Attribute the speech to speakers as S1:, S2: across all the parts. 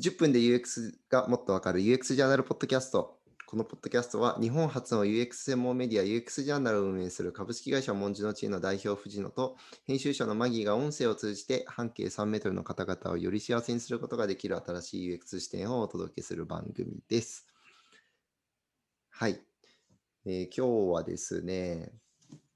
S1: 10分で UX がもっとわかる UX ジャーナルポッドキャスト。このポッドキャストは日本初の UX 専門メディア UX ジャーナルを運営する株式会社モンジのチーの代表藤野と編集者のマギーが音声を通じて半径3メートルの方々をより幸せにすることができる新しい UX 視点をお届けする番組です。はい。えー今日はですね、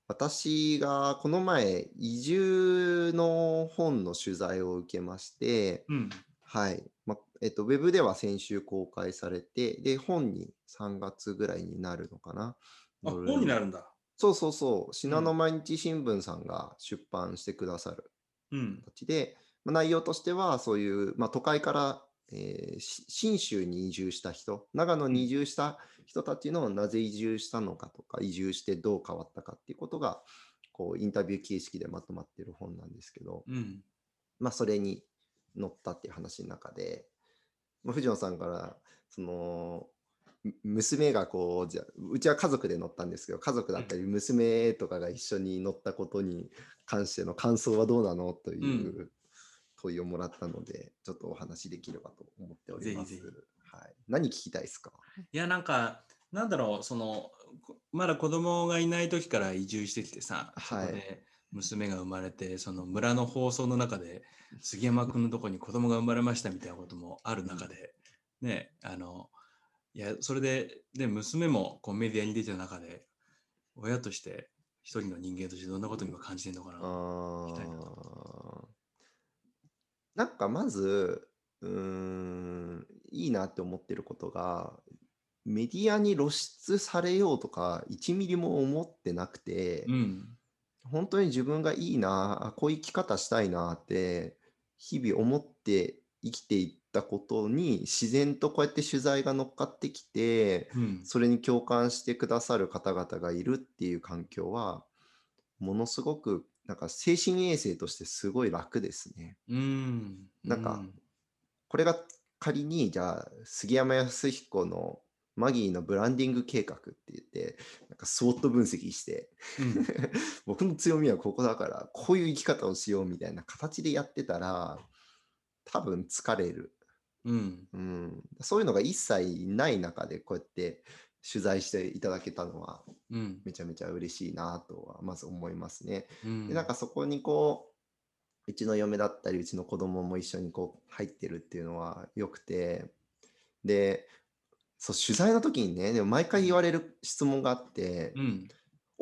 S1: 私がこの前移住の本の取材を受けまして、
S2: うん。
S1: はい。まえっと、ウェブでは先週公開されて、で、本に3月ぐらいになるのかな。
S2: あ、
S1: 載
S2: 本になるんだ。
S1: そうそうそう。信濃毎日新聞さんが出版してくださる
S2: うん。
S1: 形で、ま内容としては、そういう、ま都会から、えーし信州に移住した人、長野に移住した人たちのなぜ移住したのかとか、移住してどう変わったかっていうことが、こう、インタビュー形式でまとまってる本なんですけど、
S2: うん。
S1: まあ、それに乗ったっていう話の中で、まあ、藤野さんからそのむ娘がこうじゃうちは家族で乗ったんですけど家族だったり娘とかが一緒に乗ったことに関しての感想はどうなのという、問いをもらったのでちょっとお話できればと思っております。
S2: ぜひぜ
S1: はい、何聞きたいですか
S2: いや、なんか、なんだろう、その、こまだ子供がいない時から移住してきてさ、
S1: はい
S2: そこで娘が生まれて、その村の放送の中で、杉山君のとこに子供が生まれましたみたいなこともある中で、ね、あの、いや、それで、で、娘もこうメディアに出てる中で、親として、一人の人間としてどんなことを今感じてるのかな。
S1: あ
S2: きたいな
S1: ーなんかまずうーんいいなって思ってることがメディアに露出されようとか1ミリも思ってなくて、
S2: うん。
S1: 本当に自分がいいなあこういう生き方したいなって日々思って生きていったことに自然とこうやって取材が乗っかってきて
S2: うん。
S1: それに共感してくださる方々がいるっていう環境は、ものすごく、なんか精神衛生としてすごい楽ですね。
S2: うん。
S1: なんか
S2: う
S1: これが仮に、じゃあ、杉山康彦のマギーのブランディング計画って言って、なんかスウォット分析して、
S2: うん
S1: 僕の強みはここだから、こういう生き方をしようみたいな形でやってたら、多分疲れる。
S2: うん。
S1: うん、そういうのが一切ない中で、こうやって取材していただけたのは、
S2: うん。
S1: めちゃめちゃ嬉しいなとはまず思いますね。
S2: うん
S1: でなんかそこにこううちの嫁だったりうちの子供も一緒にこう入ってるっていうのは良くてでそう取材の時にねでも毎回言われる質問があって「
S2: うん。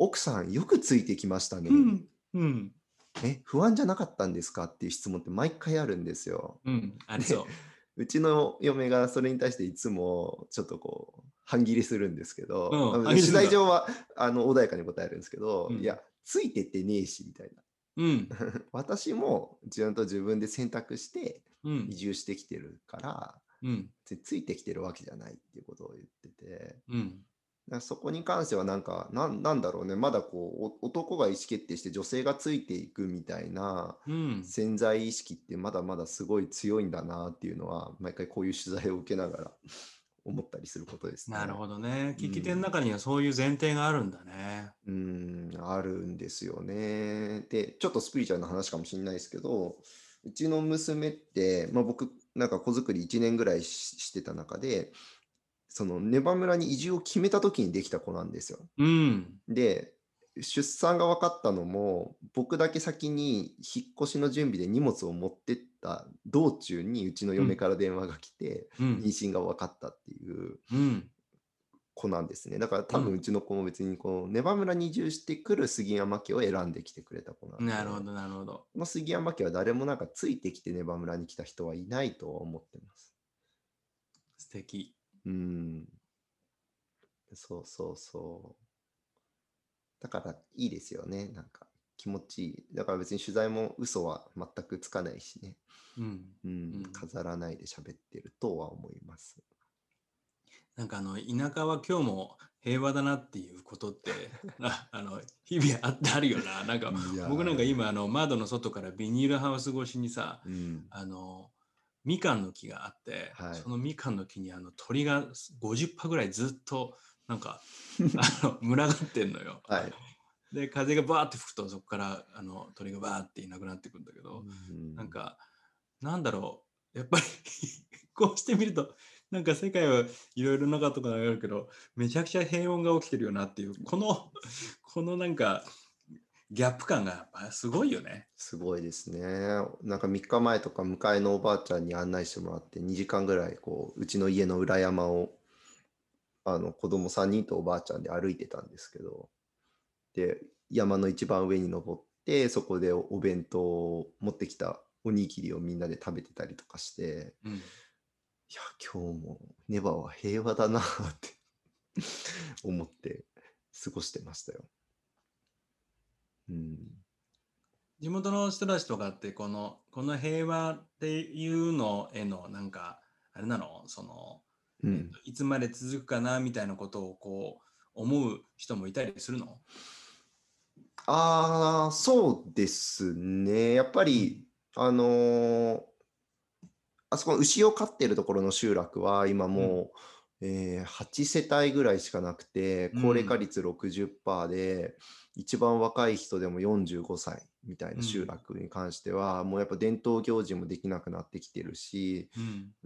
S1: 奥さんよくついてきましたね、
S2: うん。うん。
S1: え不安じゃなかったんですか?」っていう質問って毎回あるんですよ。
S2: うん。ありそう。
S1: うちの嫁がそれに対していつもちょっとこう半切りするんですけど、
S2: うん
S1: まあ
S2: 半切
S1: 取
S2: りするんだ
S1: 材上はあの穏やかに答えるんですけど、
S2: うん
S1: いやついてってねえしみたいな。
S2: うん。
S1: 私もちゃんと自分で選択して
S2: う
S1: 移
S2: ん。
S1: 住してきてるから、
S2: うん。
S1: つついてきてるわけじゃないっていうことを言ってて、だか
S2: うん。
S1: らそこに関してはなんか、なんなんだろうね、まだこう、お男が意思決定して女性がついていくみたいな
S2: うん。
S1: 潜在意識ってまだまだすごい強いんだなっていうのは、毎回こういう取材を受けながら 思ったりすることですね。
S2: なる
S1: ど。
S2: ほどね。聞き手の中にはそういう前提があるんだね。
S1: うん、あるんですよね。で、ちょっとスピリチュアルな話かもしれないですけど、うちの娘って、まあ、僕、なんか子作り1年ぐらいししてた中で、そのネバ村に移住を決めた時にできた子なんですよ。
S2: うん。
S1: で、出産が分かったのも、僕だけ先に引っ越しの準備で荷物を持ってった道中に、うちの嫁から電話が来て、妊
S2: うん。
S1: 娠が分かったっていう
S2: うん。
S1: 子なんですね。だから多分
S2: う
S1: う
S2: ん
S1: ちの子も別にこう、ネバ村に移住してくる杉山家を選んできてくれた子なんで。
S2: なるほ。ど、なるほど。
S1: この杉山家は誰もなんかついてきてネバ村に来た人はいないとは思ってます。
S2: 素敵。
S1: うん。そうそうそう。だからいいですよね。なんか気持ちいい。だから別に取材も嘘は全くつかないしね。
S2: うん。
S1: うん。
S2: うん
S1: 飾らないで喋ってるとは思います。
S2: なんかあの、田舎は今日も平和だなっていうこ とって、ああの、日々あってあるよな。なんか、
S1: いやー
S2: 僕なんか、今、あの、窓の外からビニールハウス越しにさ、
S1: うん。
S2: あのみかんの木があって、
S1: はい
S2: そのみかんの木にあの鳥が50羽ぐらいずっとなんかあの群がってんのよ。
S1: はい。
S2: で風がバーって吹くとそこからあの鳥がバーっていなくなってくんだけど、なんかなんだろうやっぱり こうしてみると、なんか世界はいろいろなことがあるけど、めちゃくちゃ平穏が起きてるよなっていう、この、このなんか、ギャップ感がやっぱすごいよね。
S1: すごいですね。なんか3日前とか、向かいのおばあちゃんに案内してもらって、2時間ぐらい、こう、うちの家の裏山を、あの、子供3人とおばあちゃんで歩いてたんですけど、で、山の一番上に登って、そこでおお弁当を持ってきたおにぎりをみんなで食べてたりとかして、
S2: うん、
S1: いや、今日もネバは平和だなって 思って過ごしてましたよ。うん。
S2: 地元の人たちとかって、この、この平和っていうのへの、なんか、あれなのその、
S1: うん、
S2: いつまで続くかなみたいなことをこう、思う人もいたりするの
S1: ああ、そうですね。やっぱり、あのーあそこの牛を飼ってるところの集落は今もう、えー8世帯ぐらいしかなくて、高齢化率60%で、一番若い人でも45歳みたいな集落に関しては、もうやっぱ伝統行事もできなくなってきてるし、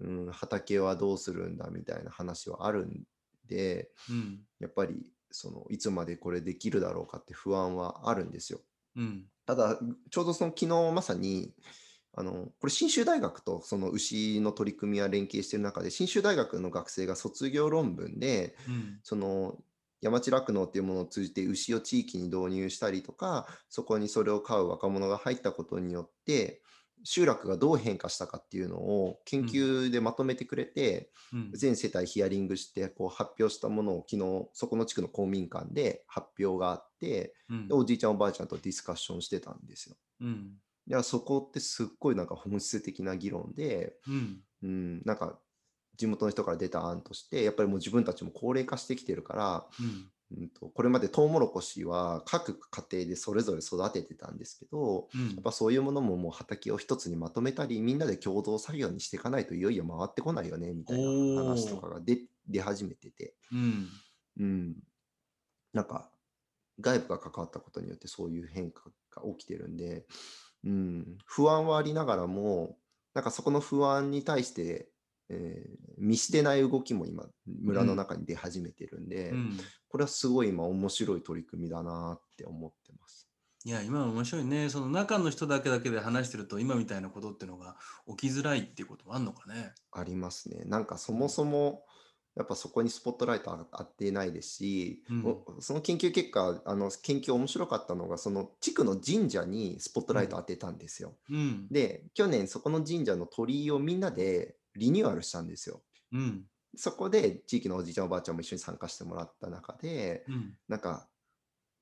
S2: うん。
S1: うん、畑はどうするんだみたいな話はあるんで、
S2: うん。
S1: やっぱりそのいつまでこれできるだろうかって不安はあるんですよ。
S2: うん。
S1: ただちょうどその昨日まさにあのこれ信州大学とその牛の取り組みは連携してる中で信州大学の学生が卒業論文で
S2: うん。
S1: その山地酪農っていうものを通じて牛を地域に導入したりとかそこにそれを飼う若者が入ったことによって集落がどう変化したかっていうのを研究でまとめてくれて、
S2: うん。
S1: 全世帯ヒアリングしてこう発表したものを昨日そこの地区の公民館で発表があって
S2: うん
S1: でおじいちゃんおばあちゃんとディスカッションしてたんですよ。
S2: うん。
S1: だからそこってすっごいなんか本質的な議論で、
S2: うん。
S1: うん、なんか地元の人から出た案としてやっぱりもう自分たちも高齢化してきてるから、
S2: うん。
S1: うん、とこれまでトウモロコシは各家庭でそれぞれ育ててたんですけど
S2: うん
S1: やっぱそういうものももう畑を一つにまとめたりみんなで共同作業にしていかないといよいよ回ってこないよねみたいな話とかが出出始めてて、
S2: うん。
S1: うん、なんか外部が関わったことによってそういう変化が起きてるんで、うん、不安はありながらもなんかそこの不安に対して、えー見捨てない動きも今村の中に出始めてるんで、
S2: うん
S1: これはすごい今面白い取り組みだなって思ってます。
S2: いや、今面白いね。その中の人だけだけで話してると、今みたいなことってのが起きづらいっていうこともあんのかね。
S1: ありますね。なんかそもそもやっぱそこにスポットライトあ当てないですし、
S2: うん
S1: おその研究結果あの研究面白かったのがその地区の神社にスポットライト当てたんですよ。
S2: うん。
S1: で去年そこの神社の鳥居をみんなでリニューアルしたんですよ。
S2: うん。
S1: そこで地域のおじいちゃんおばあちゃんも一緒に参加してもらった中で
S2: うん。
S1: なんか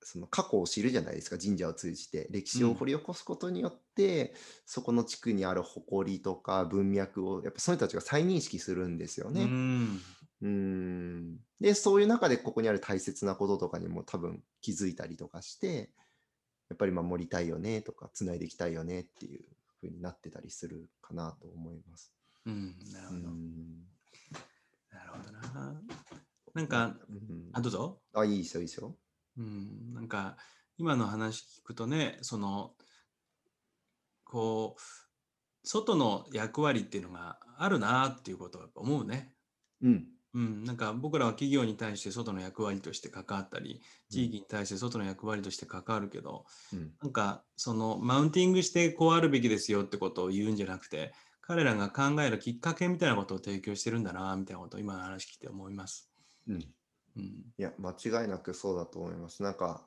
S1: その過去を知るじゃないですか神社を通じて歴史を掘り起こすことによって、そこの地区にある誇りとか文脈をやっぱその人たちが再認識するんですよ
S2: う
S1: ね。
S2: ん。
S1: うーんでそういう中でここにある大切なこととかにも多分気づいたりとかしてやっぱり守りたいよねとかつないでいきたいよねっていう風になってたりするかなと思います。
S2: うん。なる
S1: う
S2: ほど。
S1: ん
S2: なるほどな。なんか、
S1: うん
S2: あ、どうぞ。
S1: あいいですよいいですよ。
S2: うん、なんか今の話聞くとねそのこう外の役割っていうのがあるなっていうことをやっぱ思うね。
S1: うん
S2: うん、なんか僕らは企業に対して外の役割として関わったり地域に対して外の役割として関わるけど、
S1: うん
S2: なんかそのマウンティングしてこうあるべきですよってことを言うんじゃなくて彼らが考えるきっかけみたいなことを提供してるんだなみたいなことを今の話聞いて思います。
S1: うん
S2: うん、
S1: いや、間違いなくそうだと思います。なんか、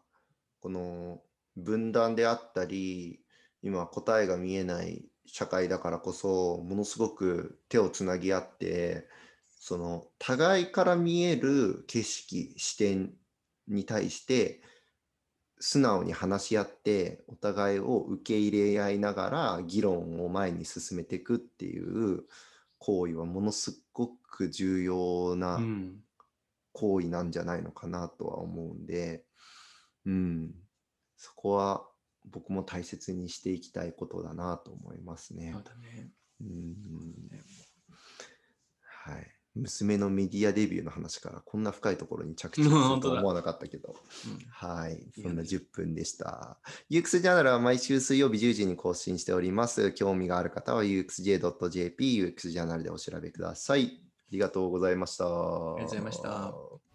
S1: この分断であったり、今答えが見えない社会だからこそ、ものすごく手をつなぎ合って、その互いから見える景色、視点に対して、素直に話し合って、お互いを受け入れ合いながら議論を前に進めていくっていう行為はものすごく重要な
S2: うん
S1: 行為なんじゃないのかなとは思うんで、うん、そこは僕も大切にしていきたいことだなと思いますね
S2: そう。だね
S1: うん、はい。娘のメディアデビューの話からこんな深いところに着地 するとは
S2: 本当だ
S1: 思わなかったけど。
S2: うん
S1: はい。
S2: ね
S1: そんな10分でした。UX ジャーナルは毎週水曜日10時に更新しております。興味がある方は uxj.jp、UX ジャーナルでお調べください。ありがとうございました。あり
S2: がとうございました。